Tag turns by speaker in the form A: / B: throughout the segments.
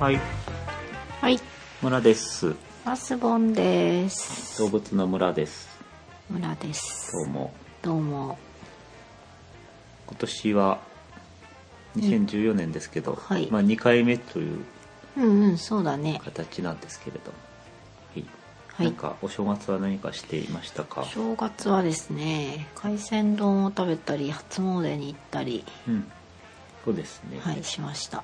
A: はい、
B: はい、
A: 村です。
B: マスボンです。
A: 動物の村です。
B: 村で
A: どう
B: す。
A: も。
B: どうも。
A: 今年は2014年ですけど、
B: はい
A: まあ2回目という
B: うんうん、そうだね。
A: 形なんですけれども、はい。
B: はい
A: なんかお正月は何かしていましたか。
B: 正月はですね、海鮮丼を食べたり、初詣に行ったり、
A: うん。そうですね。
B: はい、しました。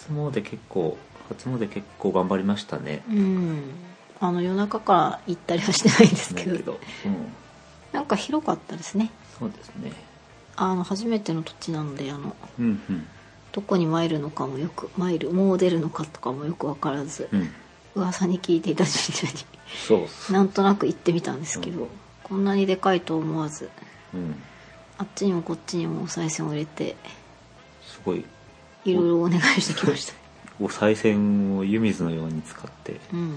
A: 初詣結構初詣結構頑張りましたね。
B: うん。あの、夜中から行ったりはしてないんですけ
A: だ
B: ど、
A: うん。
B: なんか広かったですね。
A: そうですね。
B: あの、初めての土地なので、あの、
A: うんうん
B: どこに参るのかもよく、参る、もう出るのかとかもよくわからず、
A: うん。
B: 噂に聞いていた神社に。
A: そうっす。
B: なんとなく行ってみたんですけど、
A: うん
B: こんなにでかいと思わず
A: うん。
B: あっちにもこっちにもお賽銭を入れて
A: すごい。
B: いろいろお願いしてきました
A: お賽銭を湯水のように使って
B: うん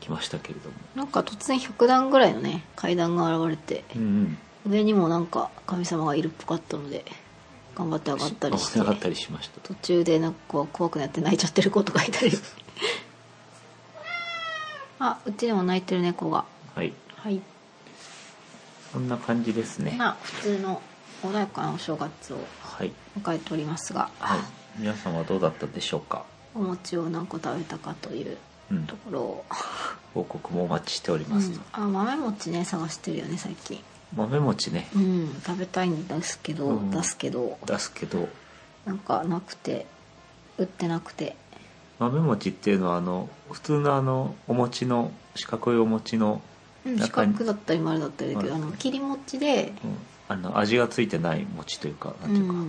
A: きましたけれども。
B: なんか突然100段ぐらいのね階段が現れて、
A: うんうん。
B: 上にもなんか神様がいるっぽかったので頑張って上がったりして
A: 上がったりしました。
B: 途中でなんかこう怖くなって泣いちゃってる子とかいたりあうちでも泣いてる猫が
A: はい。
B: はい
A: そんな感じですね。
B: まあ普通の穏やかなお正月を
A: はい。
B: 迎えておりますが、
A: はい。皆さんはどうだったでしょうか。
B: お餅を何個食べたかという
A: うん
B: と。ころを、
A: 報告もお待ちしており
B: う
A: ます
B: ん。あ豆餅ね探してるよね最近
A: 豆餅ね。
B: うん食べたいんですけど、
A: うん
B: 出すけど
A: 出すけど、
B: なんかなくて売ってなくて
A: 豆餅っていうのはあの普通のあのお餅の四角いお餅の、
B: うん四
A: 中に
B: 角だったり丸だったりだけどあ
A: 丸
B: の切り餅で
A: うんあの味がついてない餅というか、なん
B: う
A: ていうか、
B: ん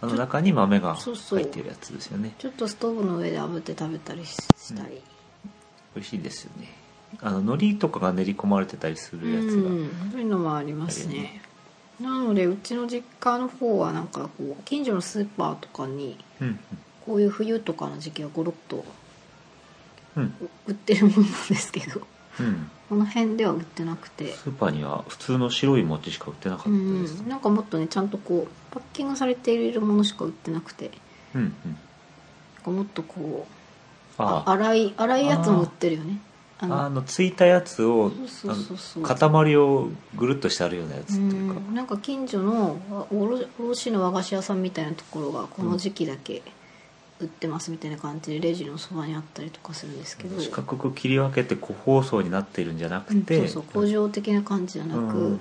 A: あの中に豆が
B: そうそう
A: 入ってるやつですよね。
B: ちょっとストーブの上で炙って食べたりししたり、
A: 美味しいですよね。あの海苔とかが練り込まれてたりす
B: う
A: るやつが、
B: んそういうのもありますねなのでうちの実家の方はなんかこう近所のスーパーとかに
A: うん
B: こういう冬とかの時期はゴロッと
A: うん
B: 売ってるものなんですけど
A: うん。
B: この辺では売ってなくて
A: スーパーには普通の白い餅しか売ってなかった
B: う
A: です。
B: んうんなんかもっとねちゃんとこうパッキングされているものしか売ってなくて
A: うんうん。
B: なんかもっとこう
A: あ
B: あ
A: あ
B: 粗い粗いやつも売ってるよねあの
A: あのついたやつを
B: そうそうそうそう
A: あの塊をぐるっとしてあるようなやつ
B: う
A: っていうか、
B: んなんか近所のおろ卸の和菓子屋さんみたいなところがこの時期だけ売ってますみたいな感じでレジのそばにあったりとかするんですけど
A: 四角く切り分けて個包装になっているんじゃな
B: う
A: く
B: ん
A: て、
B: そうそう工場的な感じじゃなく、
A: うん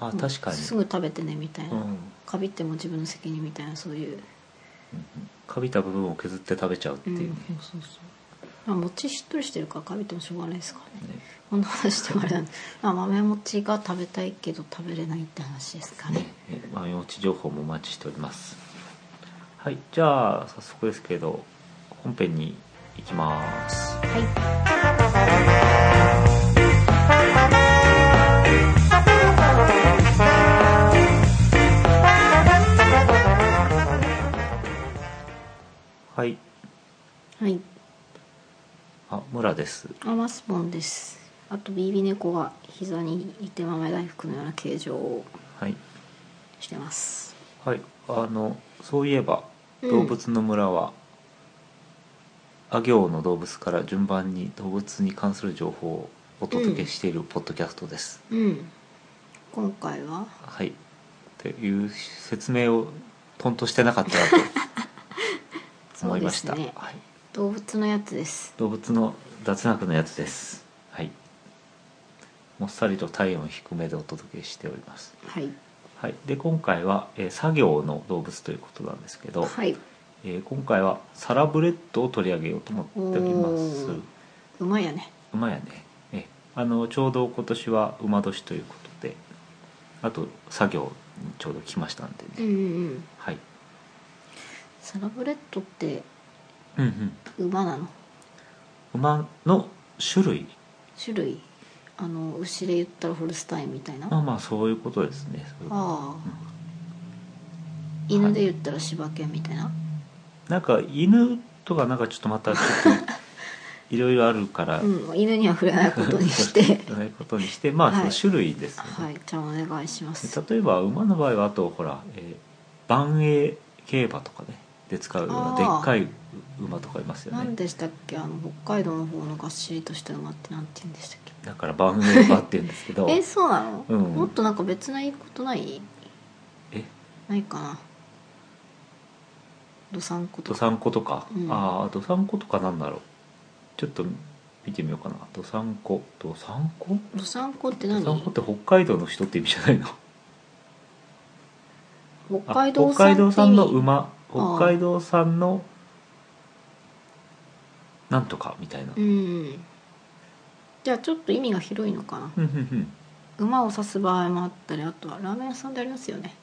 A: あ確かに、
B: すぐ食べてねみたいな、
A: うん
B: かびっても自分の責任みたいなそういう
A: かびた部分を削って食べちゃうっていうね,ね、
B: うん、そうそうそうまあ餅しっとりしてるからかびてもしょうがないですからねこんな話してもあれなんでまあ豆餅が食べたいけど食べれないって話ですかね
A: ねまあ幼稚情報もお待ちしておりますはいじゃあ早速ですけど本編に行きます
B: はい
A: はい
B: はい
A: あ村です
B: アマスボンですあとビビ猫が膝にいて豆大福のような形状を
A: はい
B: してます
A: はいあのそういえば
B: うん
A: 動物の村は、あ行の動物から順番に動物に関する情報をお届けしているポッドキャストです、
B: うん今回は
A: はいという説明をトンとしてなかったなと思いました、
B: そうですね
A: はい、
B: 動物のやつです
A: 動物の雑学のやつですはいもっさりと体温低めでお届けしております
B: はい
A: はいで今回は、えー作業の動物ということなんですけど、
B: はい
A: えー今回はサラブレッドを取り上げようと思っております
B: おー馬やね
A: 馬やねえあのちょうど今年は馬年ということであと作業ちょうど来ましたんでね、
B: うんうんうん
A: はい
B: サラブレッドって
A: うんうん
B: 馬なの
A: 馬の種類
B: 種類あの牛で言ったらホルスタインみたいな
A: まあまあそういうことですねそういうこと
B: ああ犬で言ったら柴犬みたいな、
A: なんか犬とかなんかちょっとまたちょっ といろいろあるから、
B: うん、犬には触れないことにして
A: そういうことにしてまあ、
B: はい
A: その種類ですね、
B: はいじゃあお願いします
A: 例えば馬の場合はあとほら、えー、万栄競馬とかねで使うよう
B: あ
A: な
B: ー
A: でっかい馬とかいますよ
B: 何
A: ね
B: でしたっけあの北海道の方のがっしりとした馬ってなんて言うんでしたっけ
A: だから万栄馬って言うんですけど
B: えそうなの、
A: うん
B: もっとなんか別ないいことない
A: え
B: ないかなどさんこと
A: ど
B: か
A: さんことか、
B: うん
A: ああどさんことかなんだろうちょっと見てみようかなどさんこどさんこ
B: どさんこって
A: ど
B: 何
A: さんこって北海道の人って意味じゃないの
B: 北
A: あ
B: 海道
A: 北海道産の
B: って意味
A: 馬
B: ああ
A: 北海道産のなんとかみたいな、
B: うんじゃあちょっと意味が広いのかな
A: ふんふんふん
B: 馬を指す場合もあったりあとはラーメン屋さんでありますよね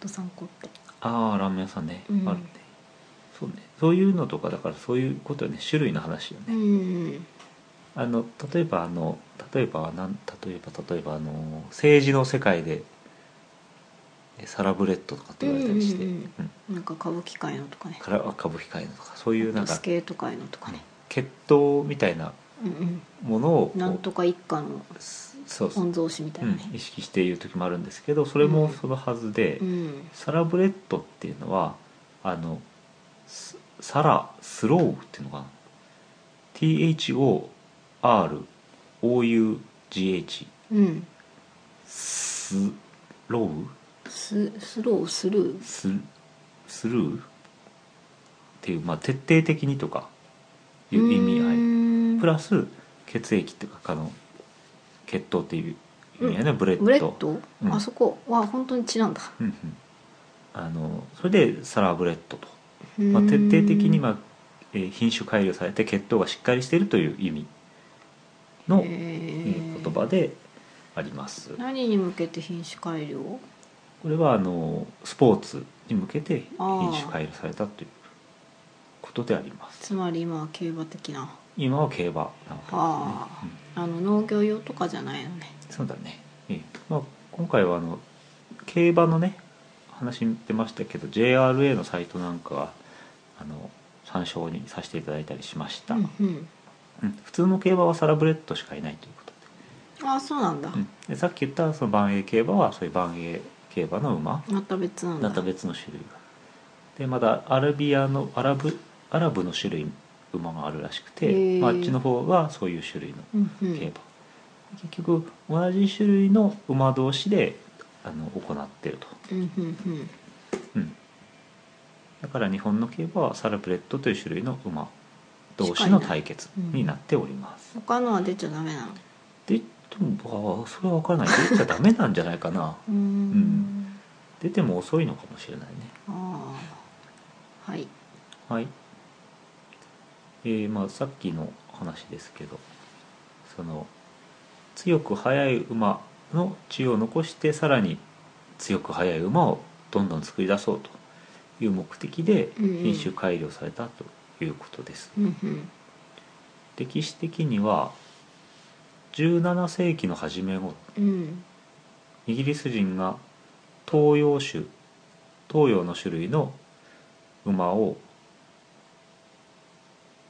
B: どさんこって
A: ああラーメン屋さんね、
B: うん
A: あるねそうねそういうのとかだからそういうことよね種類の話よね、
B: うん
A: あの例えばあの例えばなん例えば例えばあの政治の世界でえサラブレッドとかって言われたりして、
B: う
A: うんん
B: うんなんか歌舞伎界のとかね
A: から歌舞伎界のとかそういうなん
B: ス
A: か
B: ケート界のとかね、
A: 血統みたいな
B: うんうん、
A: ものをこう
B: なんとか一家の
A: そうそう
B: 御曹司みたいうなんね、
A: 意識している時もあるんですけどそれもそのはずで、
B: うん
A: サラブレッドっていうのはあのスサラスローっていうのかな THOROUGH
B: うん
A: スロー
B: ススロースルー
A: ススルーっていう、まあ、徹底的にとかいう意味合い
B: い
A: プラス血液っていうかあの血統っていう意味合いのブレッド,、
B: ブレッド、
A: うん
B: あそこは本当に血なんだ、
A: うんうんあのそれでサラブレッドと、ま
B: ま
A: あ、徹底的に、まあえー品種改良されて血統がしっかりしているという意味のえー言葉であります
B: 何に向けて品種改良
A: これはあのスポーツに向けて
B: あー
A: 品種改良されたということであります
B: つまり今は競馬的な
A: 今は競馬なわ
B: あ
A: けですね、
B: あの農業用とかじゃないのね
A: うんそうだね、ええまあ、今回はあの競馬のね話出ましたけど JRA のサイトなんかはあの参照にさせていただいたりしました、
B: うんうん
A: うん普通の競馬はサラブレッドしかいないということ
B: ああそうなんだ、
A: で,、でさっき言ったその万栄競馬はそういう万栄競馬の馬
B: また別なんだ
A: また別の種類がでまだアラビアのアラブアラブの種類馬があるらしく
B: へ
A: て、
B: ー
A: まあ、あっちの方はそういう種類の
B: うんう
A: 競馬
B: ん、、
A: 結局同じ種類の馬同士であの行ってると、
B: うんうんうん
A: うん、だから日本の競馬はサラブレッドという種類の馬同
B: 近
A: 士
B: いな
A: の対決になっております、
B: 他のは出ちゃダメなの
A: ででもああそれは分からない出ちゃダメなんじゃないかな
B: うーん
A: 出ても遅いのかもしれないね
B: ああはい
A: はいえーまあさっきの話ですけどその強く速い馬の血を残してさらに強く速い馬をどんどん作り出そうという目的で
B: うんうん
A: 品種改良されたということです、
B: うんうん
A: 歴史的には17世紀の初め頃
B: うん
A: イギリス人が東洋種東洋の種類の馬を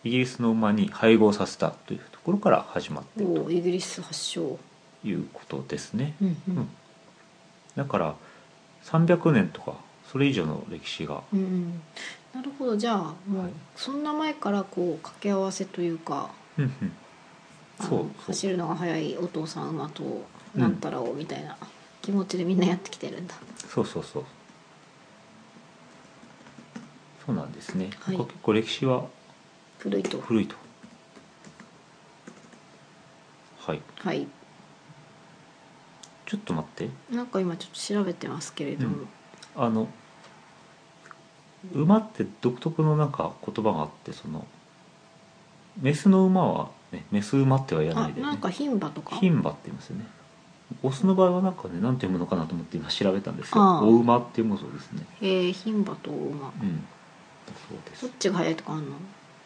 A: イギリスの馬に配合させたというところから始まっている
B: おーイギリス発祥
A: ということですね、
B: うんう
A: うん
B: ん
A: だから300年とかそれ以上の歴史が
B: うんうんなるほどじゃあも
A: は
B: う
A: い
B: そんな前からこう掛け合わせというか
A: うんうん
B: あの
A: そうそう
B: 走るのが速いお父さん馬となんたらをみたいな気持ちでみんなやってきてるんだ
A: そうそうそうそうなんですね、
B: はい
A: ここ結構歴史は
B: 古いと
A: 古いとはい
B: はい
A: ちょっと待って
B: なんか今ちょっと調べてますけれども、
A: うんあの馬って独特のなんか言葉があってそのメスの馬は、ね、メス馬っては言わ
B: あ
A: ないで、ね
B: なん、か牝馬とか
A: 牝馬って言いますよねオスの場合はなんかね何て読むのかなと思って今調べたんですよ
B: ああ
A: お馬っていうもそうですね
B: えー、牝馬と大馬
A: うんだそうで
B: ど
A: す
B: っちが早いとかあんの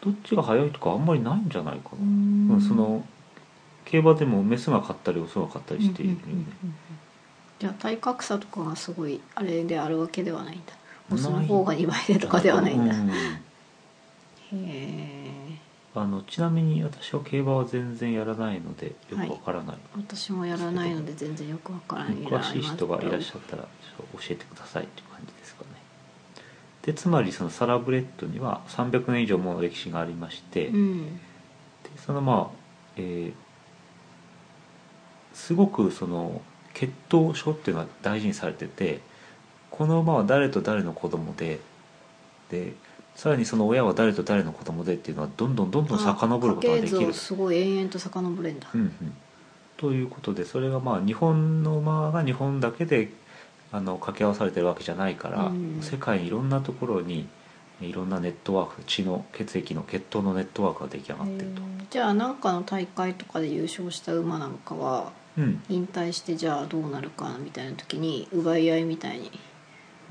A: どっちが早いとかあんまりないんじゃないか
B: う
A: な、うんん、その競馬でもメスが勝ったりオスが勝ったりしているよね、
B: うんうんうんうんじゃあ体格差とかがすごいあれであるわけではないんだオスの方が2倍でとかではないんだ
A: う
B: へ
A: ん
B: え
A: あのちなみに私は競馬は全然やらないのでよくわからない、
B: 私もやらないので全然よくわからない
A: 詳しい人がいらっし
B: ゃ
A: ゃったらちょっと教えてくださいっていう感じですかねでつまりそのサラブレッドには300年以上もの歴史がありまして、
B: う
A: で
B: ん
A: そのまあ、えーすごくその血統書っていうのは大事にされててこの馬は誰と誰の子供ででさらにその親は誰と誰の子供でっていうのはどんどんどんどん遡ることができ
B: あ家系図
A: る
B: をすごい延々と遡れんだ、
A: うんうん、ということでそれがまあ日本の馬が日本だけであの掛け合わされてるわけじゃないから、
B: うん
A: 世界いろんなところにいろんなネットワーク血の血液の血統のネットワークが出来上がってると、
B: へえじゃあ何かの大会とかで優勝した馬なんかは
A: うん
B: 引退してじゃあどうなるかみたいな時に奪い合いみたいに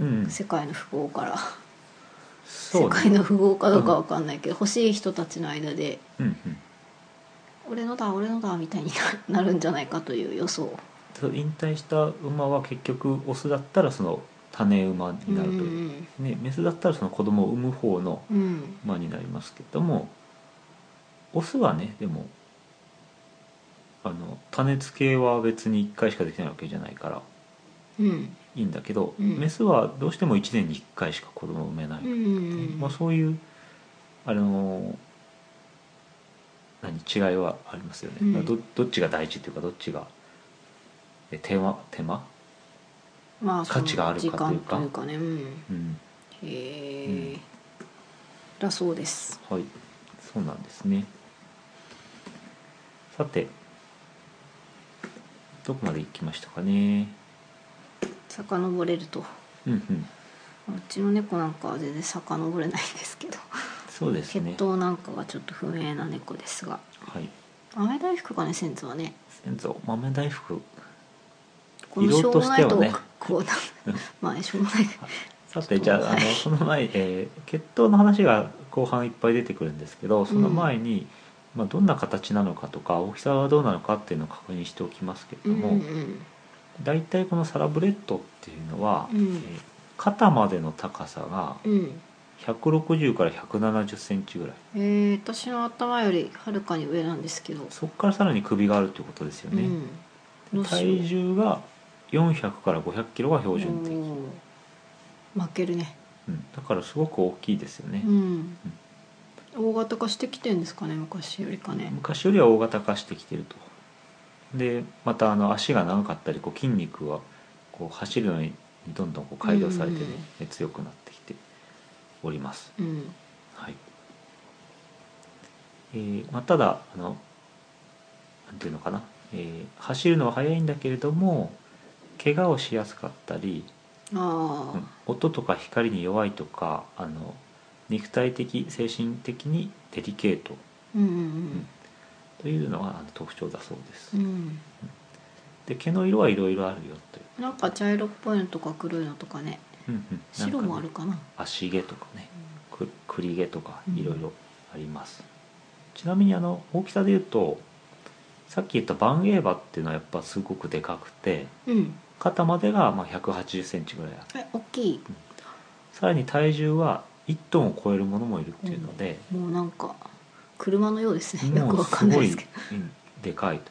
A: うん、
B: 世界の富豪から、
A: そ
B: 世
A: うね
B: 界の富豪かどうかわかんないけど、欲しい人たちの間で
A: うんうん
B: 俺のだ俺のだみたいに ななるんじゃないかという予想
A: そう引退した馬は結局オスだったらその種馬になると
B: う
A: いう、
B: ん
A: ね、メスだったらその子供を産む方の
B: うんうん
A: 馬になりますけどもオスはねでもあの種付けは別に1回しかできないわけじゃないから
B: うん
A: いいんだけど、
B: うん
A: メスはどうしても1年に1回しか子供を産めない、
B: うんうん
A: まあ、そういうあの何違いはありますよね、
B: うん
A: だからどどっちが大事というかどっちがえ手間手間、
B: まあその
A: 価値があるかというか
B: 時間というかね、うん、
A: うん、
B: へえ、
A: うん
B: だそうです
A: はいそうなんですねさてどこまで行きましたかね
B: 遡れるとう
A: うんうん
B: ちの猫なんかは全然遡れないんですけど
A: そうです
B: 血
A: ね
B: 統なんかがちょっと不明な猫ですが
A: はい
B: 豆大福がね先祖はね
A: 先祖豆大福
B: このしょう
A: 色
B: もない
A: として
B: と
A: はね
B: こうな まあしょう もない
A: さてじゃああ
B: は
A: の
B: い
A: その前、えー血統の話が後半いっぱい出てくるんですけどその前に、まあ、どんな形なのかとか大きさはどうなのかっていうのを確認しておきますけれ
B: うん
A: ど
B: う
A: も、
B: ん
A: だいたいこのサラブレッドっていうのは、
B: うん
A: えー肩までの高さが
B: うん
A: 160から170センチぐらい
B: えー、私の頭よりはるかに上なんですけど、
A: そこからさらに首があるということですよ
B: う
A: ね、
B: んどうしよう
A: 体重が400から500キロが標準的、うん
B: おー負けるね
A: だからすごく大きいですよね、
B: うん大型化してきてんですかね昔よりかね
A: 昔よりは大型化してきてるとでまたあの足が長かったりこう筋肉はこう走るのにどんどんこう改良されてね、強くなってきております
B: うん
A: はいえーまあ、ただあのなんていうのかな、えー走るのは速いんだけれども怪我をしやすかったり、
B: あ
A: う
B: あ
A: ん、音とか光に弱いとかあの肉体的精神的にデリケート
B: うんうん
A: というのがあの特徴だそうです、
B: うんうん
A: で毛の色はいろいろあるよという、
B: なんか茶色っぽいのとか黒いのとかね
A: うんうんなんか
B: 白
A: ね
B: もあるかな
A: 足毛とかねく栗毛とか
B: うん
A: いろいろあります、ちなみにあの大きさで言うとさっき言ったバンエーバっていうのはやっぱすごくでかくて
B: うん
A: 肩までがまあ1 8 0センチぐらいある
B: え大きい
A: さらに体重は1トンを超えるものもいるっていうので、
B: もうなんか車のようですねよ
A: も
B: く
A: う
B: わか
A: す
B: んない
A: ご
B: で
A: い
B: すけ
A: うんでかいと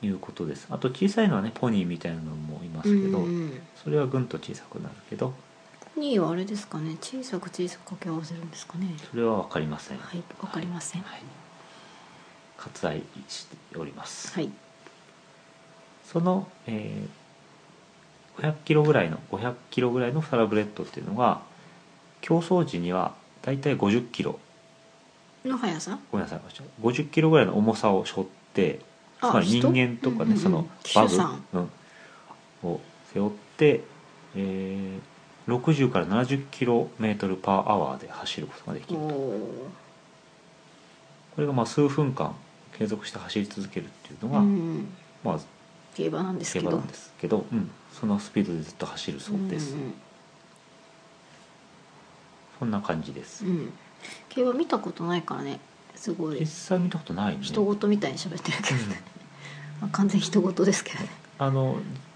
A: いうことですあと小さいのはねポニーみたいなのもいます
B: どう
A: けど、
B: んうん
A: それはぐんと小さくなるけど
B: ポニーはあれですかね小さく小さく掛け合わせるんですかね
A: それは分かりません
B: はいわかりません
A: はい、割愛しております、
B: はい
A: その、えー500キロぐらいの500キロぐらいのサラブレッドっていうのが競争時にはだいたい50キロ
B: の速さ
A: ごめんなさい50キロぐらいの重さを背負ってつ
B: あ
A: まり人間とかね、
B: 人
A: その
B: うんうん
A: バ
B: うん騎手さん
A: グ、うん、を背負って、えー60から70キロメートルパーアワーで走ることができ
B: お
A: る
B: お
A: これがまあ数分間継続して走り続けるっていうの
B: ー
A: が、
B: うん
A: まあ
B: 競馬なんです
A: 競
B: け
A: 馬
B: ど
A: なんですけど、うん、そのスピードでずっと走るそうです、
B: ん
A: そんな感じです、
B: うんうん競馬見たことないからねすごい
A: 実際見たことないね
B: 人事みたいに喋ってるけど
A: うん
B: ね、まあ完全人事ですけどね
A: あの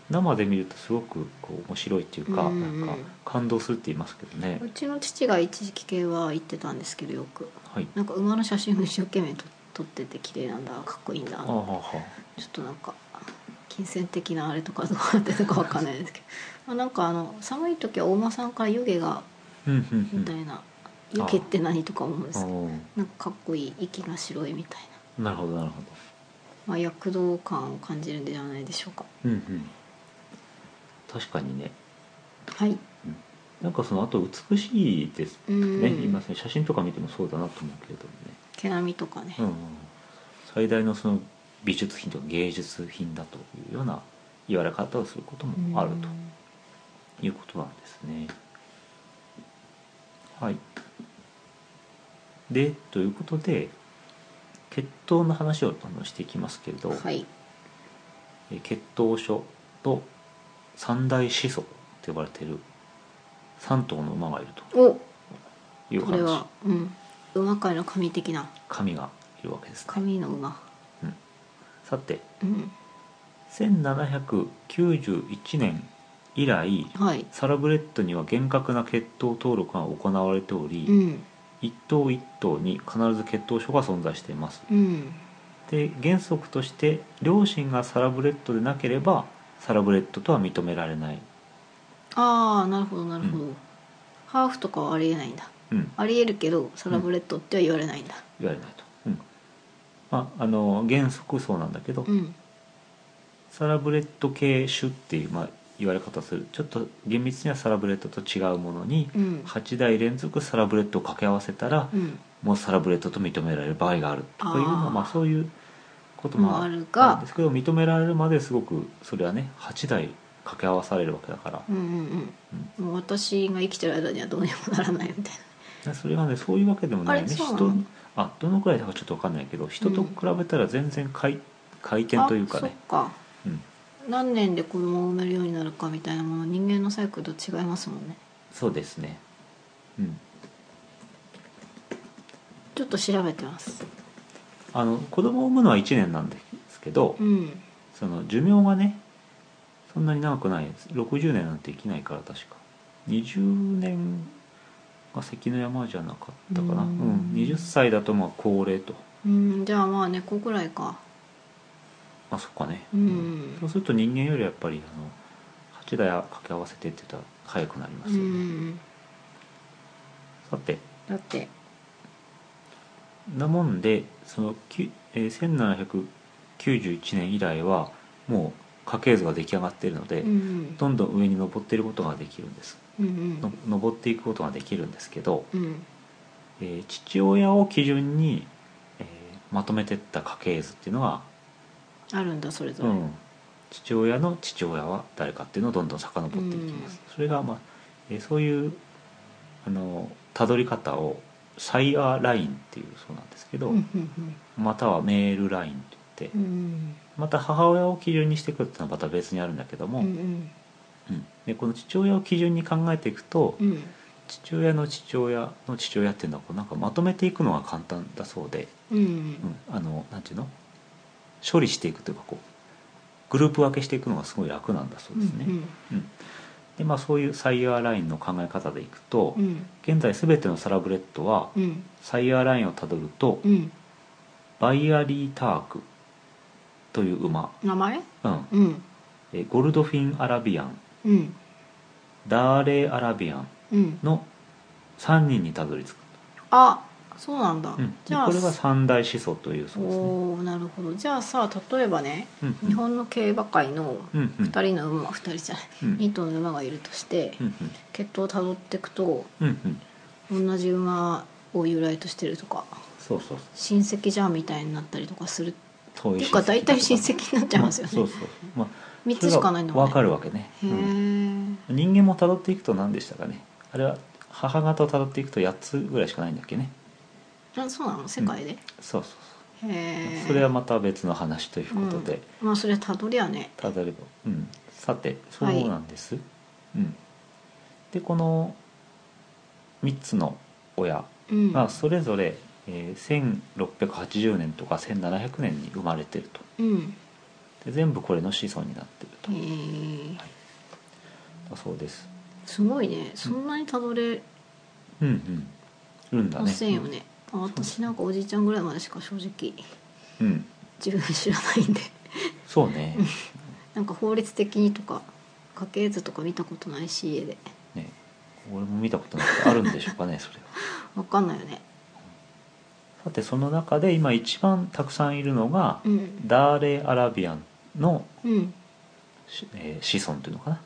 A: 生で見るとすごくこう面白いっていうか、
B: うんう
A: な
B: ん
A: んか感動するって言いますけどね
B: う、ちの父が一時期競馬行ってたんですけどよく
A: はい
B: なんか馬の写真を一生懸命と撮ってて綺麗なんだかっこいいんだ
A: ああはあは
B: ちょっとなんか金銭的なあれとかどうなってるかわかんないですけど、まあ、なんかあの寒い時はお馬さんから湯気が
A: うんうんう
B: み
A: ん
B: たいな、湯気って何とか思うんですけど
A: お
B: なんかかっこいい息が白いみたいな、
A: ーなるほどなるほど
B: まあ、躍動感を感じるんではないでしょうか
A: うんうん確かにね
B: はい
A: なんかそのあと美しいです
B: う
A: ね、
B: ん
A: 言いますね写真とか見てもそうだなと思うけれどもね、
B: 毛並みとかね、
A: うんうん、最大のその美術品とか芸術品だというような言われ方をすることもあると
B: うん
A: いうことなんですね。はい、でということで血糖の話をどんどんしていきますけれど、
B: はい
A: え血糖症と三大始祖と呼ばれている3頭の馬がいる
B: お
A: という
B: これ
A: 話
B: はうん馬界の神的な
A: 神がいるわけですね。
B: 神の馬
A: さて
B: うん
A: 1791年以来
B: はい
A: サラブレッドには厳格な血糖登録が行われており、
B: うん
A: 一頭一頭に必ず血糖書が存在しています
B: うん
A: で原則として両親がサラブレッドでなければサラブレッドとは認められない、
B: ああなるほどなるほど、
A: う
B: ハーフとかはありえないんだ
A: うん、
B: ありえるけどサラブレッドっては言われないんだ
A: 言われないと、うんまあ、あの原則そうなんだけど、
B: うん
A: サラブレッド系種っていう、まあ、言われ方するちょっと厳密にはサラブレッドと違うものに
B: うん
A: 8代連続サラブレッドを掛け合わせたら、
B: うん
A: もうサラブレッドと認められる場合があるというの
B: あー
A: はまあ、そういうことも
B: も
A: あ
B: あ
A: る
B: る
A: ん
B: が
A: ですけど認められるまですごくそれはね8台掛け合わされるわけだから
B: うんうんうんもう私が生きてる間にはどうにもならないみたい
A: でそれがねそういうわけでもない
B: あ
A: ね
B: れそうなの
A: 人あどのくらいだかちょっと分かんないけど人と比べたら全然回回
B: な
A: 転というか
B: あそっ
A: ね、
B: か
A: うん、
B: 何年で子供を産めるようになるかみたいなもの人間のサイクルと違いますもんね
A: そうですねうん
B: ちょっと調べてます
A: あの子供を産むのは1年なんですけど、
B: うん
A: その寿命がねそんなに長くないです60年なんて生きないから確か20年が関の山じゃなかったかな
B: う
A: うんん、20歳だとまあ高齢と
B: うんじゃあまあ猫ぐらいか
A: まあそっかね、
B: うん
A: そうすると人間よりやっぱりあの8台掛け合わせてって言ったら早くなりま
B: う
A: すよね、
B: ん
A: さて
B: だって
A: なもんでその、きゅえー1791年以来はもう家系図が出来上がっているので、
B: うん
A: どんどん上に登っていることができるんです
B: うんう
A: の
B: ん
A: 登っていくことができるんですけど、
B: うん
A: えー父親を基準に、えーまとめてった家系図っていうのが、
B: あるんだそれぞ
A: う
B: れ
A: ん、父親の父親は誰かっていうのをどんどん遡っていきます、それが、まあえーそういうあのたどり方をサイアーラインっていうそうなんですけど、
B: うんうん
A: またはメールラインといって、
B: うん
A: また母親を基準にしていくっていうのはまた別にあるんだけど
B: う
A: も、
B: んうん
A: うんでこの父親を基準に考えていくと、
B: うん
A: 父親の父親の父親っていうのはこうなんかまとめていくのが簡単だそうで、
B: うん
A: うん、あのなんていうの処理していくというかこうグループ分けしていくのがすごい楽なんだそうですね、
B: うん
A: でまあそういうサイヤーラインの考え方でいくと、
B: うん
A: 現在全てのサラブレッドは
B: うん
A: サイヤーラインをたどると、
B: うん
A: バイアリータークという馬、
B: 名前
A: うん、
B: うん
A: えゴルドフィン・アラビアン
B: うん
A: ダーレー・アラビアン
B: うん
A: の3人にたどり着く、
B: あそうなんだ、
A: うん、で
B: じゃあ
A: これが三大思想というそうですね
B: おーなるほどじゃあさ例えばね
A: うん
B: 日本の競馬界の
A: うんうん
B: 2人の馬2人じゃない
A: うん
B: 2頭の馬がいるとして
A: うん
B: 血統をたどっていくと
A: うんうんうん
B: 同じ馬を由来としてるとか
A: そうそうそう
B: 親戚じゃんみたいになったりとかするっ
A: 遠
B: て
A: い
B: いうか大体親戚になっちゃいますよね、
A: そうそうまあ
B: 3つしかないんだもん
A: わ
B: ね
A: かるわけね、
B: へえ、
A: うん人間も辿っていくと何でしたかねあれは母方を辿っていくと8つぐらいしかないんだっけね
B: あそうなの世界で、
A: そうそう
B: へえ
A: それはまた別の話ということで、
B: うん、まあそれはたどりやね
A: たどればうんさてそ
B: はいう
A: なんです、うんでこの3つの親
B: うん
A: がそれぞれ、えー1680年とか1700年に生まれてると
B: うん
A: で全部これの子孫になってる
B: へえ
A: とだそうです
B: すごいねそんなにたどれ
A: うんうんいるんだね
B: ませんよね、あ私なんかおじいちゃんぐらいまでしか正直
A: うん
B: 自分知らないんで
A: そうね
B: なんか法律的にとか家系図とか見たことないし家で
A: ね俺も見たことなくてあるんでしょうか ねそれは
B: わかんないよね
A: さてその中で今一番たくさんいるのが、
B: うん
A: ダーレ・アラビアンの、
B: うん
A: しえー子孫というのかな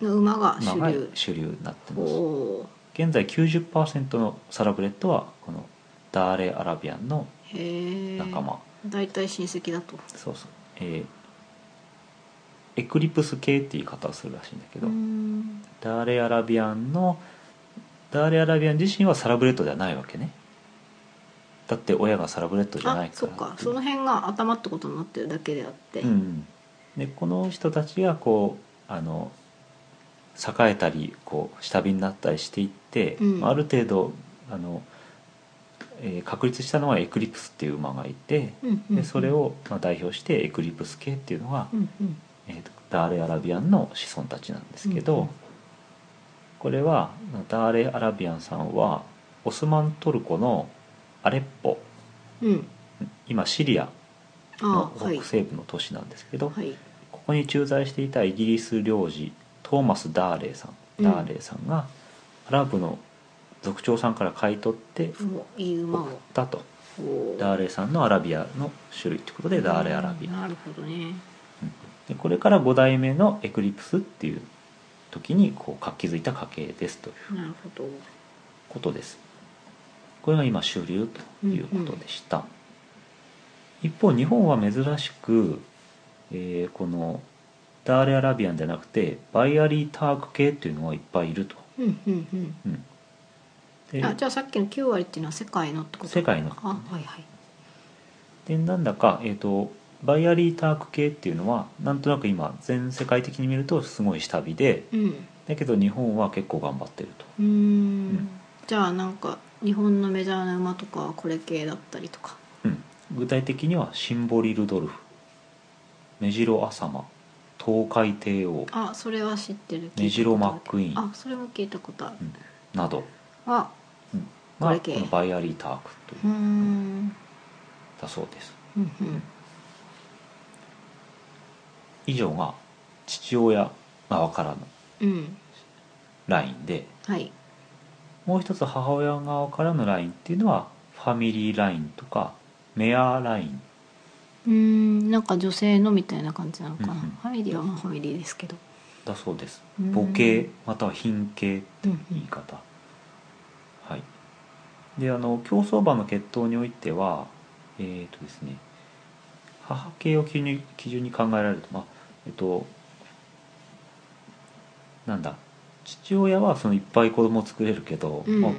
B: 馬が主
A: 今が
B: 流
A: 主流になって
B: お
A: ます
B: お
A: 現在90%のサラブレッドはこのダーレ・アラビアンの
B: ーへえ
A: 仲間、
B: 大体親戚だと
A: そうそうえーエクリプス系っていう言い方をするらしいんだけ
B: う
A: ど、
B: ーん
A: ダーレ・アラビアンのダーレ・アラビアン自身はサラブレッドではないわけねだって親がサラブレッドじゃな
B: あ
A: いか
B: そ
A: ら
B: っかその辺が頭ってことになってるだけであって、
A: うん、でこの人たちがこうあの栄えたりこう下火になったりしていって、
B: うん
A: まあある程度あの、えー確立したのはエクリプスっていう馬がいて、
B: うんうんうん
A: でそれをまあ代表してエクリプス系っていうのが、
B: うんうん
A: えーとダーレ・アラビアンの子孫たちなんですけど、
B: うんうん
A: これはダーレ・アラビアンさんはオスマントルコのアレッポ
B: うん
A: 今シリア
B: あ
A: の
B: あはい
A: 北西部の都市なんですけど、
B: はい
A: ここに駐在していたイギリス領事トーマス・ダーレイさん、
B: うん
A: ダーレイさんがアラブの族長さんから買い取って
B: もういい馬
A: 送っ
B: を
A: たと、
B: おー
A: ダーレイさんのアラビアの種類ということでダーレ・アラビア、
B: なるほどね
A: でこれから5代目のエクリプスっていう時にこう活気づいた家系ですという
B: なるほど
A: ことですこれが今主流ということでした、一方日本は珍しく、えーこのダーレ・アラビアンじゃなくてバイアリー・ターク系っていうのがいっぱいいると、
B: うんうんうん
A: うんで
B: あじゃあさっきの9割っていうのは世界のってこと
A: 世界の
B: あはいはい
A: でなんだか、えー、とバイアリー・ターク系っていうのはなんとなく今全世界的に見るとすごい下火で
B: うんう
A: だけど日本は結構頑張ってると
B: ーん
A: ん
B: じゃあなんか日本のメジャーな馬とかはこれ系だったりとか
A: うん、具体的にはシンボリルドルフメジロアサマ東海帝王、
B: あそれは知ってる
A: メジロマックイーン
B: あそれも聞いたことある
A: うんなど
B: あこ
A: が
B: れ
A: こ
B: 系
A: のバイアリータークという
B: ー
A: うんだそうです
B: うんうん
A: 以上が父親側からの
B: うん
A: ラインで
B: はい
A: もう一つ母親側からのラインっていうのはファミリーラインとかメアライン
B: うーんなんか女性のみたいな感じなのかな、
A: うんうん
B: ファミリーはまあファミリーですけど
A: だそうです
B: うん
A: 母系または貧系
B: うんう
A: 言い
B: ん
A: 方はいであの競走馬の血統においてはえっ、とですね母系を基準に基準に考えられるとまあえっとなんだ父親はそのいっぱい子供を作れるけど、
B: うん
A: まあ、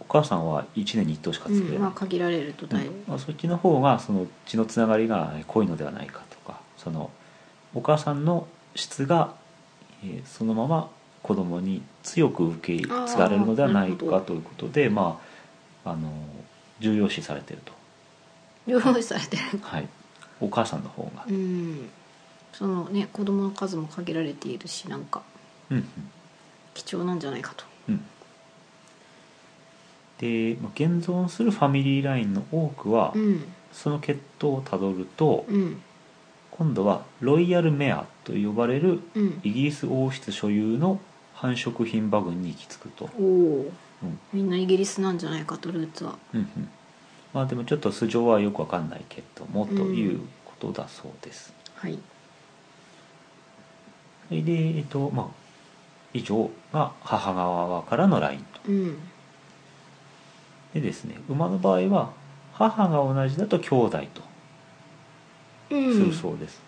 A: お母さんは1年に1頭しか
B: う
A: 作れない、
B: んまあ限られるとだいぶ、
A: まあ、そっちの方がその血のつながりが濃いのではないかとかそのお母さんの質が、えーそのまま子供に強く受け継がれるのではない
B: あーなるほ
A: か
B: ど
A: ということでまああの重要視されてると、
B: 両方されてる
A: はい、お母さんの方が
B: う、んそのね子供の数も限られているしなんか
A: うんうん
B: 貴重なんじゃないかと
A: うん、でまあ現存するファミリーラインの多くは、
B: うん
A: その血統をたどると、
B: うん
A: 今度はロイヤルメアと呼ばれる
B: うん
A: イギリス王室所有の繁殖牝馬群に行き着くと、
B: おお
A: うん
B: みんなイギリスなんじゃないかとルーツは
A: うんうんまあでもちょっと素性はよくわかんないけども
B: う
A: と
B: ん
A: いうことだそうです、
B: はい
A: それでえっとまあ以上が母側からのラインと
B: うん
A: でですね馬の場合は母が同じだと兄弟
B: う
A: とす
B: ん
A: るそうです、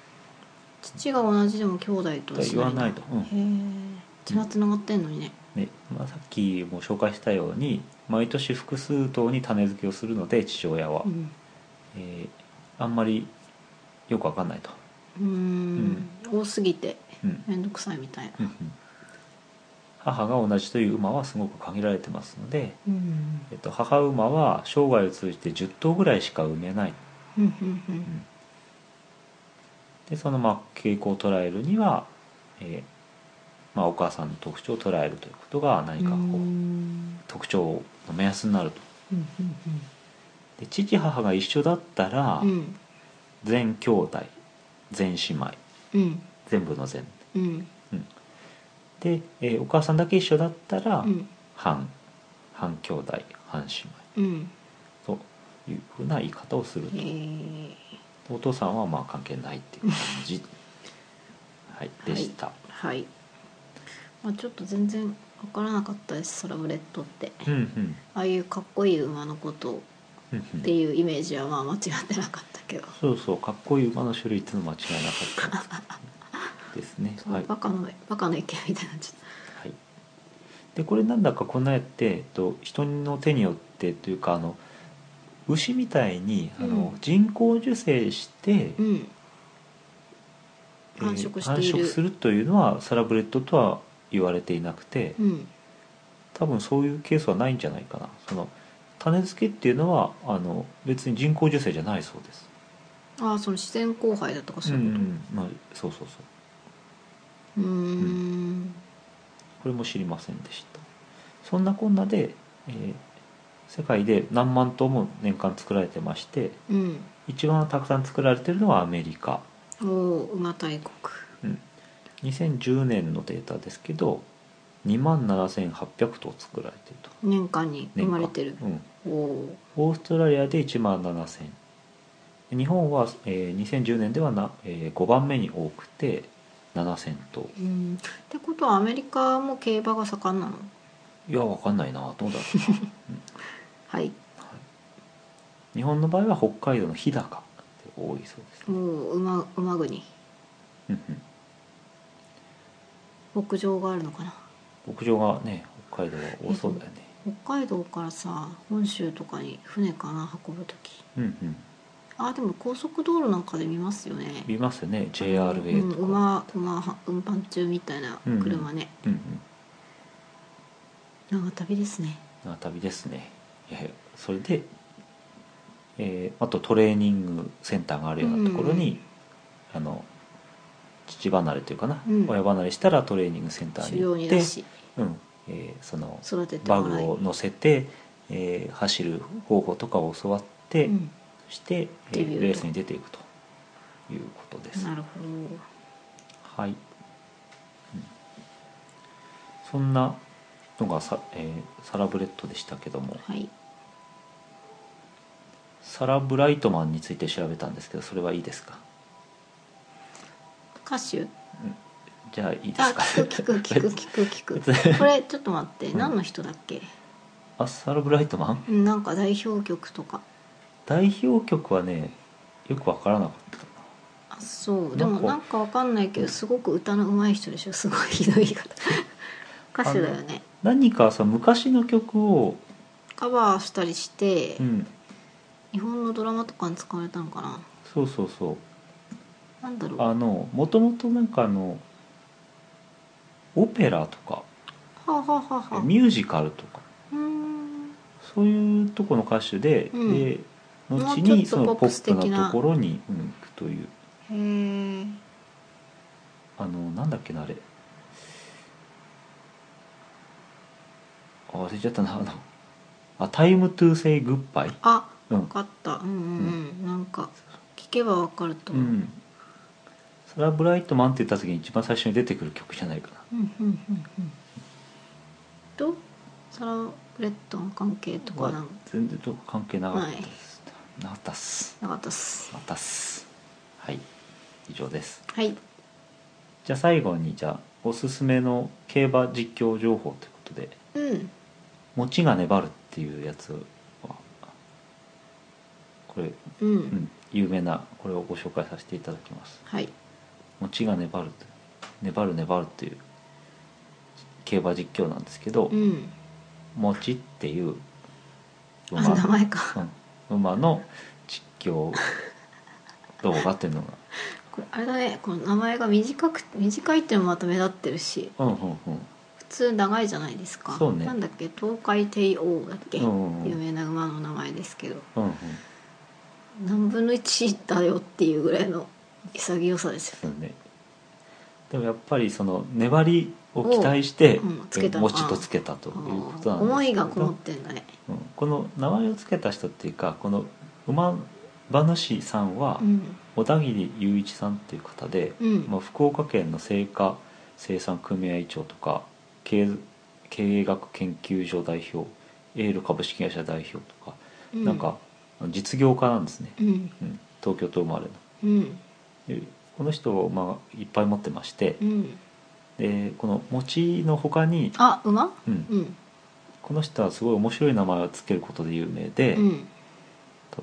B: 父が同じでも兄弟とはし
A: 言わないとうん
B: へえ血がつながってんのにね
A: ねまあ、さっきも紹介したように毎年複数頭に種付けをするので父親は、
B: うん
A: えーあんまりよくわかんないと、
B: うん多すぎて
A: うん
B: 面倒くさいみたいな
A: うんうん母が同じという馬はすごく限られてますので、
B: うん
A: えっと、母馬は生涯を通じて10頭ぐらいしか産めない
B: うんうんうん
A: でそのまあ傾向を捉えるには、えーまあ、お母さんの特徴を捉えるということが何かこう、
B: うん
A: 特徴の目安になると
B: うん
A: で父母が一緒だったら、
B: うんうん
A: 全兄弟全姉妹
B: うん
A: 全部の全
B: うん
A: で、えーお母さんだけ一緒だったら、
B: うん
A: 半半兄弟半姉妹
B: うん
A: というふうな言い方をする
B: えー
A: お父さんはまあ関係ないっていう感じ はいでした、
B: はい、まあ、ちょっと全然わからなかったですサラブレッドって
A: うんうん
B: ああいうかっこいい馬のこと
A: うんう
B: っ
A: ん
B: ていうイメージはまあ間違ってなかったけど、
A: そうそうかっこいい馬の種類っていうのは間違いなかったですね
B: そう
A: はい、は
B: バカのバカの意見みたいになっちゃった
A: い、でこれなんだかこんなやって、えっと、人の手によってというかあの牛みたいにあの、
B: うん
A: 人工授精して、
B: うん
A: えー
B: 繁殖してい
A: 繁殖
B: る
A: するというのはサラブレッドとは言われていなくて、
B: うん
A: 多分そういうケースはないんじゃないかなその種付けっていうのはあの別に人工授精じゃないそうです
B: ああその自然交配だとかそうういうこ
A: んまあ、そうそうそう
B: とうーん
A: これも知りませんでしたそんなこんなで、えー世界で何万頭も年間作られてまして
B: うん、
A: 一番たくさん作られてるのはアメリカ、
B: おお馬大国
A: うん、2010年のデータですけど2万7800頭作られてると
B: 年間に生
A: 年間
B: まれてる
A: うん、
B: おお
A: オーストラリアで1万7000日本は、えー2010年ではな、え5番目に多くて7000頭
B: ーうんってことはアメリカも競馬が盛んなの
A: いやわかんないなどうだろうなはい
B: はい
A: 日本の場合は北海道の日高って多いそうです
B: お
A: ね
B: お馬馬国
A: うん
B: 牧場があるのかな
A: うん牧場がね北海道は多そうだよね
B: 北海道からさ本州とかに船かな運ぶ時
A: うんうん
B: あでも高速道路なんかで見ますよね
A: 見ますよね JRA
B: うん
A: とか、うん
B: 馬馬運搬中みたいな車ね、
A: うん
B: 長旅ですね
A: 長旅ですねいやいやそれで、えーあとトレーニングセンターがあるようなところに、あの父離れというかな、
B: うん
A: 親離れしたらトレーニングセンター
B: 狩
A: に
B: 猟
A: 行
B: に
A: っ
B: だ
A: て、
B: し
A: うんえーその
B: 育てて
A: バ
B: もらい
A: グを乗せて、えー走る方法とかを教わって、
B: うん
A: そして、え
B: デビュー
A: ー
B: と
A: レースに出ていくということです。
B: なるほど
A: はい、うんそんなのがさ、えーサラブレッドでしたけども
B: はい
A: サラ・ブライトマンについて調べたんですけどそれはいいですか
B: 歌手
A: じゃあいいで
B: あ
A: すか
B: 聞く聞く聞く聞く聞くこれちょっと待って、
A: うん
B: 何の人だっけ
A: あサラ・ブライトマン
B: うんなんか代表曲とか
A: 代表曲はねよくわからなかったな
B: あそうでも
A: なんか
B: なんかわかんないけどすごく歌の上手い人でしょ すごいひどい 言い方歌手だよね
A: 何かさ昔の曲を、
B: カバーしたりして、
A: うん、
B: 日本のドラマとかに使われたのかな
A: そうそうそう
B: なんだろうは
A: あのもともとなんかあのオペラとか
B: あ、はあはあはあ、う
A: ミュージカルとか
B: ーん
A: そういうとこの歌手で、
B: うん
A: で後
B: もうちょっ
A: に
B: と
A: その
B: ポ
A: ポ
B: ップス
A: ップ
B: 的
A: な
B: な
A: ところに、うん、行くという
B: へえ
A: あのなんだっけなあれあ忘れちゃったなあの「あタイムトゥーセイグッバイ
B: あ」
A: うん
B: 分、かったうんうんうん、なんか聞けばわかると
A: う
B: 思う、
A: ん、サラ・ブライトマンって言った時に一番最初に出てくる曲じゃないかな
B: うんうんうんうんとサラブレッドの関係とかなんか
A: 全然と関係なかったです、なかったっす
B: なかったっす
A: なかったっすはい以上です
B: はい
A: じゃあ最後にじゃあおすすめの競馬実況情報ということで
B: うん
A: 「餅が粘る」っていうやつはこれ、
B: うん、
A: うん、有名なこれをご紹介させていただきます
B: はい
A: 「餅が粘る」粘る粘る」っていう競馬実況なんですけど
B: うん
A: 「餅」っていう
B: あ名前か
A: うん馬の実今 日どう分かってんのが
B: これあれだねこの名前が短く短いっていうのもまた目立ってるし
A: うんうんうん
B: 普通長いじゃないですか
A: そうね
B: なんだっけ東海帝王だっけ、
A: うんうん
B: 有名な馬の名前ですけど
A: うんうん
B: 何分の1だよっていうぐらいの潔さです
A: そ
B: よ
A: うねでもやっぱりその粘りを期待して、
B: おうんつけた
A: もちとつけたということなんですけど
B: 思いがこもってんだね
A: うんこの名前をつけた人っていうかこの馬馬主さんは
B: うん
A: 小田切雄一さんっていう方で、
B: うん
A: まあ、福岡県の青果生産組合長とか経経営学研究所代表エール株式会社代表とか、
B: うん
A: なんか実業家なんですね、
B: うん
A: うん、東京都生まれの
B: うん
A: でこの人をまあいっぱい持ってまして
B: う、ん
A: でこの餅の他に、
B: あ馬
A: うん
B: うん
A: この人はすごい面白い名前を付けることで有名で、
B: うん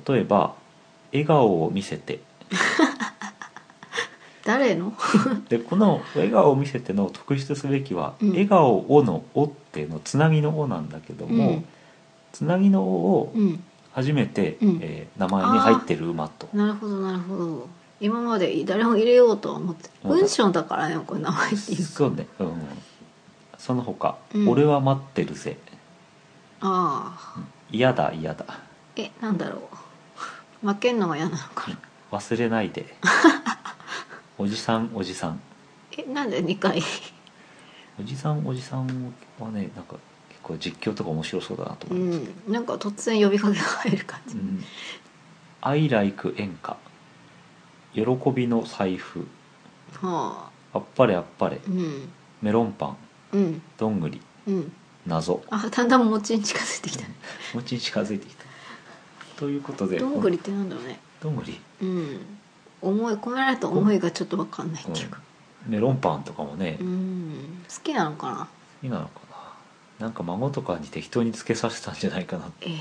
A: 例えば「笑顔を見せて
B: 誰の」
A: でこの「笑顔を見せて」の特筆すべきは「
B: うん
A: 笑顔を」の「お」っていうのつなぎの「お」なんだけども、
B: うん
A: つなぎの「お」を
B: うん
A: 初めて、
B: うん
A: えー名前に入ってる馬と
B: なるほどなるほど今まで誰も入れようとは思って
A: 思った
B: 文章だからねこれ名前っていう
A: そうね、うん、その他、
B: うん
A: 俺は待ってるぜ
B: ああ
A: 嫌だ嫌だ
B: えなんだろう 負けんのが嫌なのかな
A: 忘れない でおじさんおじさん
B: えなんで2回
A: おじさんおじさんはねなんか結構実況とか面白そうだなと
B: う
A: 思います、
B: んなんか突然呼びかけが入る感
A: う
B: じ
A: ん「I like 演歌」「喜びの財布」
B: は
A: 「
B: あ
A: あっぱれあっぱれ
B: う」ん
A: 「メロンパン」
B: うん
A: 「どんぐり」
B: うん
A: 「謎
B: あだんだん餅に近づいてきたね」
A: おうちに近づいてきたということで
B: どんぐりってなんだろうね
A: どんぐり
B: うん思い込められた思いがちょっと分かんないっていうか
A: メロンパンとかもね
B: う
A: 好
B: ん好きなのかな
A: きなのかななんか孫とかに適当につけさせたんじゃないかな
B: ええ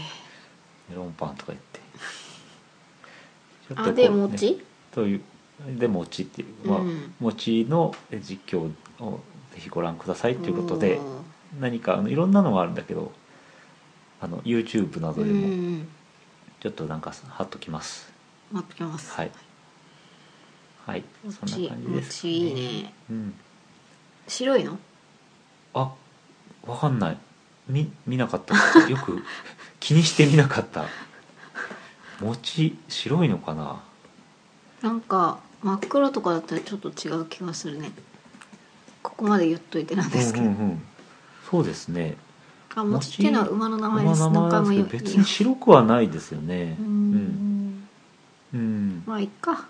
A: メロンパンとか言ってちょっとこ
B: あ
A: う
B: で
A: ね
B: 餅
A: というで餅っていう、まあ
B: うん
A: 餅の実況をぜひご覧くださいということで
B: うん
A: 何かあのいろんなのがあるんだけどあの YouTube などで
B: う
A: も
B: ん
A: ちょっとなんかハッときます、
B: 待ってきます
A: はいはいそん
B: 餅
A: な感じですか
B: 餅いいね
A: うん、
B: 白いの
A: あわかんない見見なかった よく気にして見なかった餅白いのかな
B: なんか真っ黒とかだったらちょっと違う気がするねここまで言っといてなんですけど、
A: うんうんうん、そうですね
B: あ餅っていうのは馬の名前です
A: 馬の名前なんですけど別
B: 何回も言
A: に
B: う
A: 白くはないですよね
B: うーん、
A: うん
B: まあいっか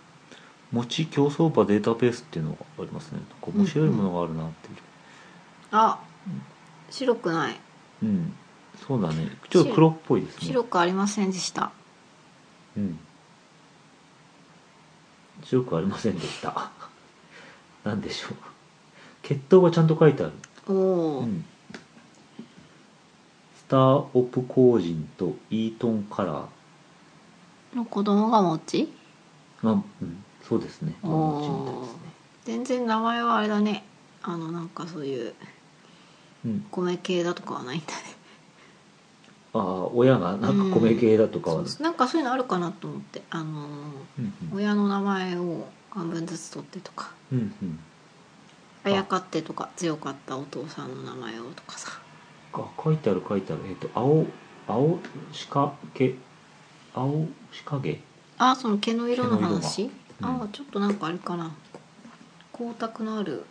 A: 餅競走馬データベースっていうのがありますねなんか面白いものがあるなっていう
B: あ白くない
A: うん、そうだねちょっと黒っぽいですね
B: 白くありませんでした
A: うん白くありませんでした なんでしょう血統がちゃんと書いてある、
B: おお、
A: うん、スター・オプコージンとイートン・カラー
B: の子供が餅
A: まあ、うん、そうですね
B: お
A: 餅みたい
B: お
A: ですね
B: 全然名前はあれだねあのなんかそういう
A: うん
B: 米系だとかはないんだね
A: ああ親がなんか米系だとかは、
B: そうそうなんかそういうのあるかなと思ってあの
A: うんうん
B: 親の名前を半分ずつ取ってとか
A: うんうん
B: あやかってとか強かったお父さんの名前をとかさ
A: あ書いてある書いてあるえっ、と青青鹿毛青鹿毛
B: あその毛の色の
A: 毛
B: 話
A: の色がうん
B: あちょっとなんかあれかな光沢のある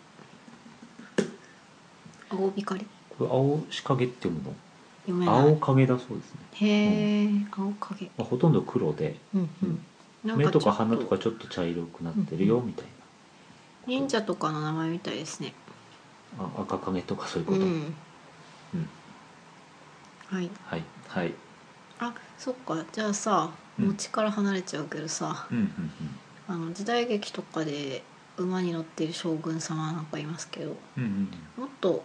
B: 青光
A: これ青鹿毛って読むの
B: 読めない
A: 青影だそうですね、
B: へえ、青影
A: まあ、ほとんど黒で
B: うんうんなん
A: 目
B: かち
A: と
B: ょっと
A: か鼻とかちょっと茶色くなってるよみたい
B: 忍者とかの名前みたいですね
A: な、あ赤影とかそういうこ
B: う
A: と、
B: ん
A: うん
B: はい
A: はいはい
B: あそっかじゃあさ
A: うん
B: 餅から離れちゃうけどさ、
A: うんうん
B: あの時代劇とかで馬に乗ってる将軍様なんかいますけど
A: うんうん
B: もっと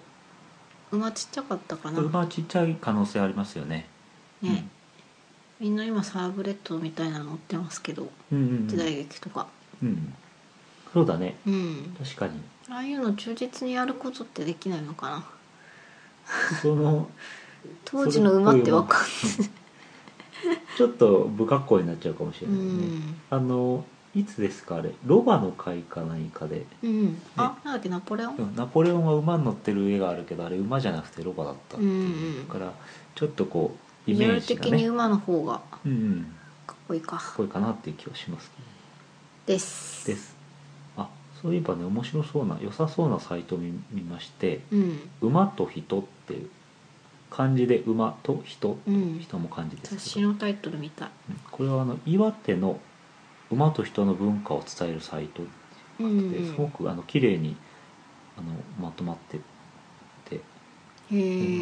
B: 馬ちっちゃかったか
A: うん
B: な
A: うん馬ちっちゃい可能性ありますよね
B: ね、みんな今サーブレッドみたいなの乗ってますけど
A: うんうんうん
B: 時代劇とか
A: うんそうだね
B: うん、
A: 確かに
B: ああいうの忠実にやることってできないのかな
A: その
B: 当時の馬ってわかんない
A: ちょっと不格好になっちゃうかもしれ
B: う
A: ないね、
B: ん
A: あのいつですかあれロバの会か何かで
B: うんあなんだっけナポレオン
A: うんナポレオンは馬に乗ってる絵があるけどあれ馬じゃなくてロバだったっていう、
B: うんうん
A: だからちょっとこうイ
B: ビジ
A: メ
B: ュア
A: ー
B: ル
A: ジが
B: 的に
A: ね
B: 馬の方が
A: うんうん
B: かっこいいか
A: これかなっていう気はしますけどね
B: です
A: ですあそういえばね面白そうな良さそうなサイトを見見まして
B: うん
A: 「馬と人」っていう漢字で「馬」と「人
B: う」ん
A: 人も漢字です
B: 雑
A: け
B: 誌
A: ど
B: のタイトルみたい
A: うんこれはあの岩手の馬と人の文化を伝えるサイト
B: うん
A: で
B: うん
A: すごくあの綺麗にあのまとまってて、
B: へ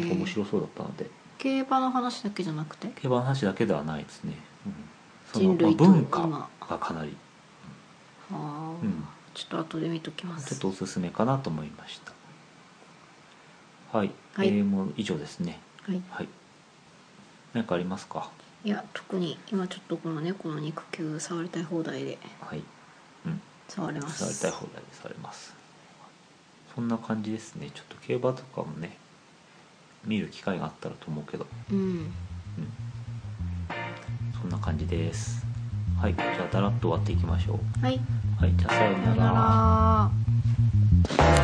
A: うんなんか
B: え
A: 面白そうだったので
B: 競馬の話だけじゃなくて
A: 競馬の話だけではないですね、うんその
B: 人類と
A: まあ文
B: 今
A: 化がかなり、
B: あー
A: うん
B: ちょっと後で見ときま
A: ちょ
B: す
A: っとおすすめかなと思いましたはい、
B: はい
A: えーもう以上ですね
B: はい、
A: はい何かありますか
B: いや特に今ちょっとこの猫の肉球触りたい放題で
A: はいうん
B: 触れます
A: されたい放題されますそんな感じですねちょっと競馬とかもね見る機会があったらと思うけど
B: うん
A: そんな感じですはいじゃあだらっと終わっていきましょう
B: はい
A: はいじゃあさよう
B: さよ
A: な
B: な
A: ら
B: ら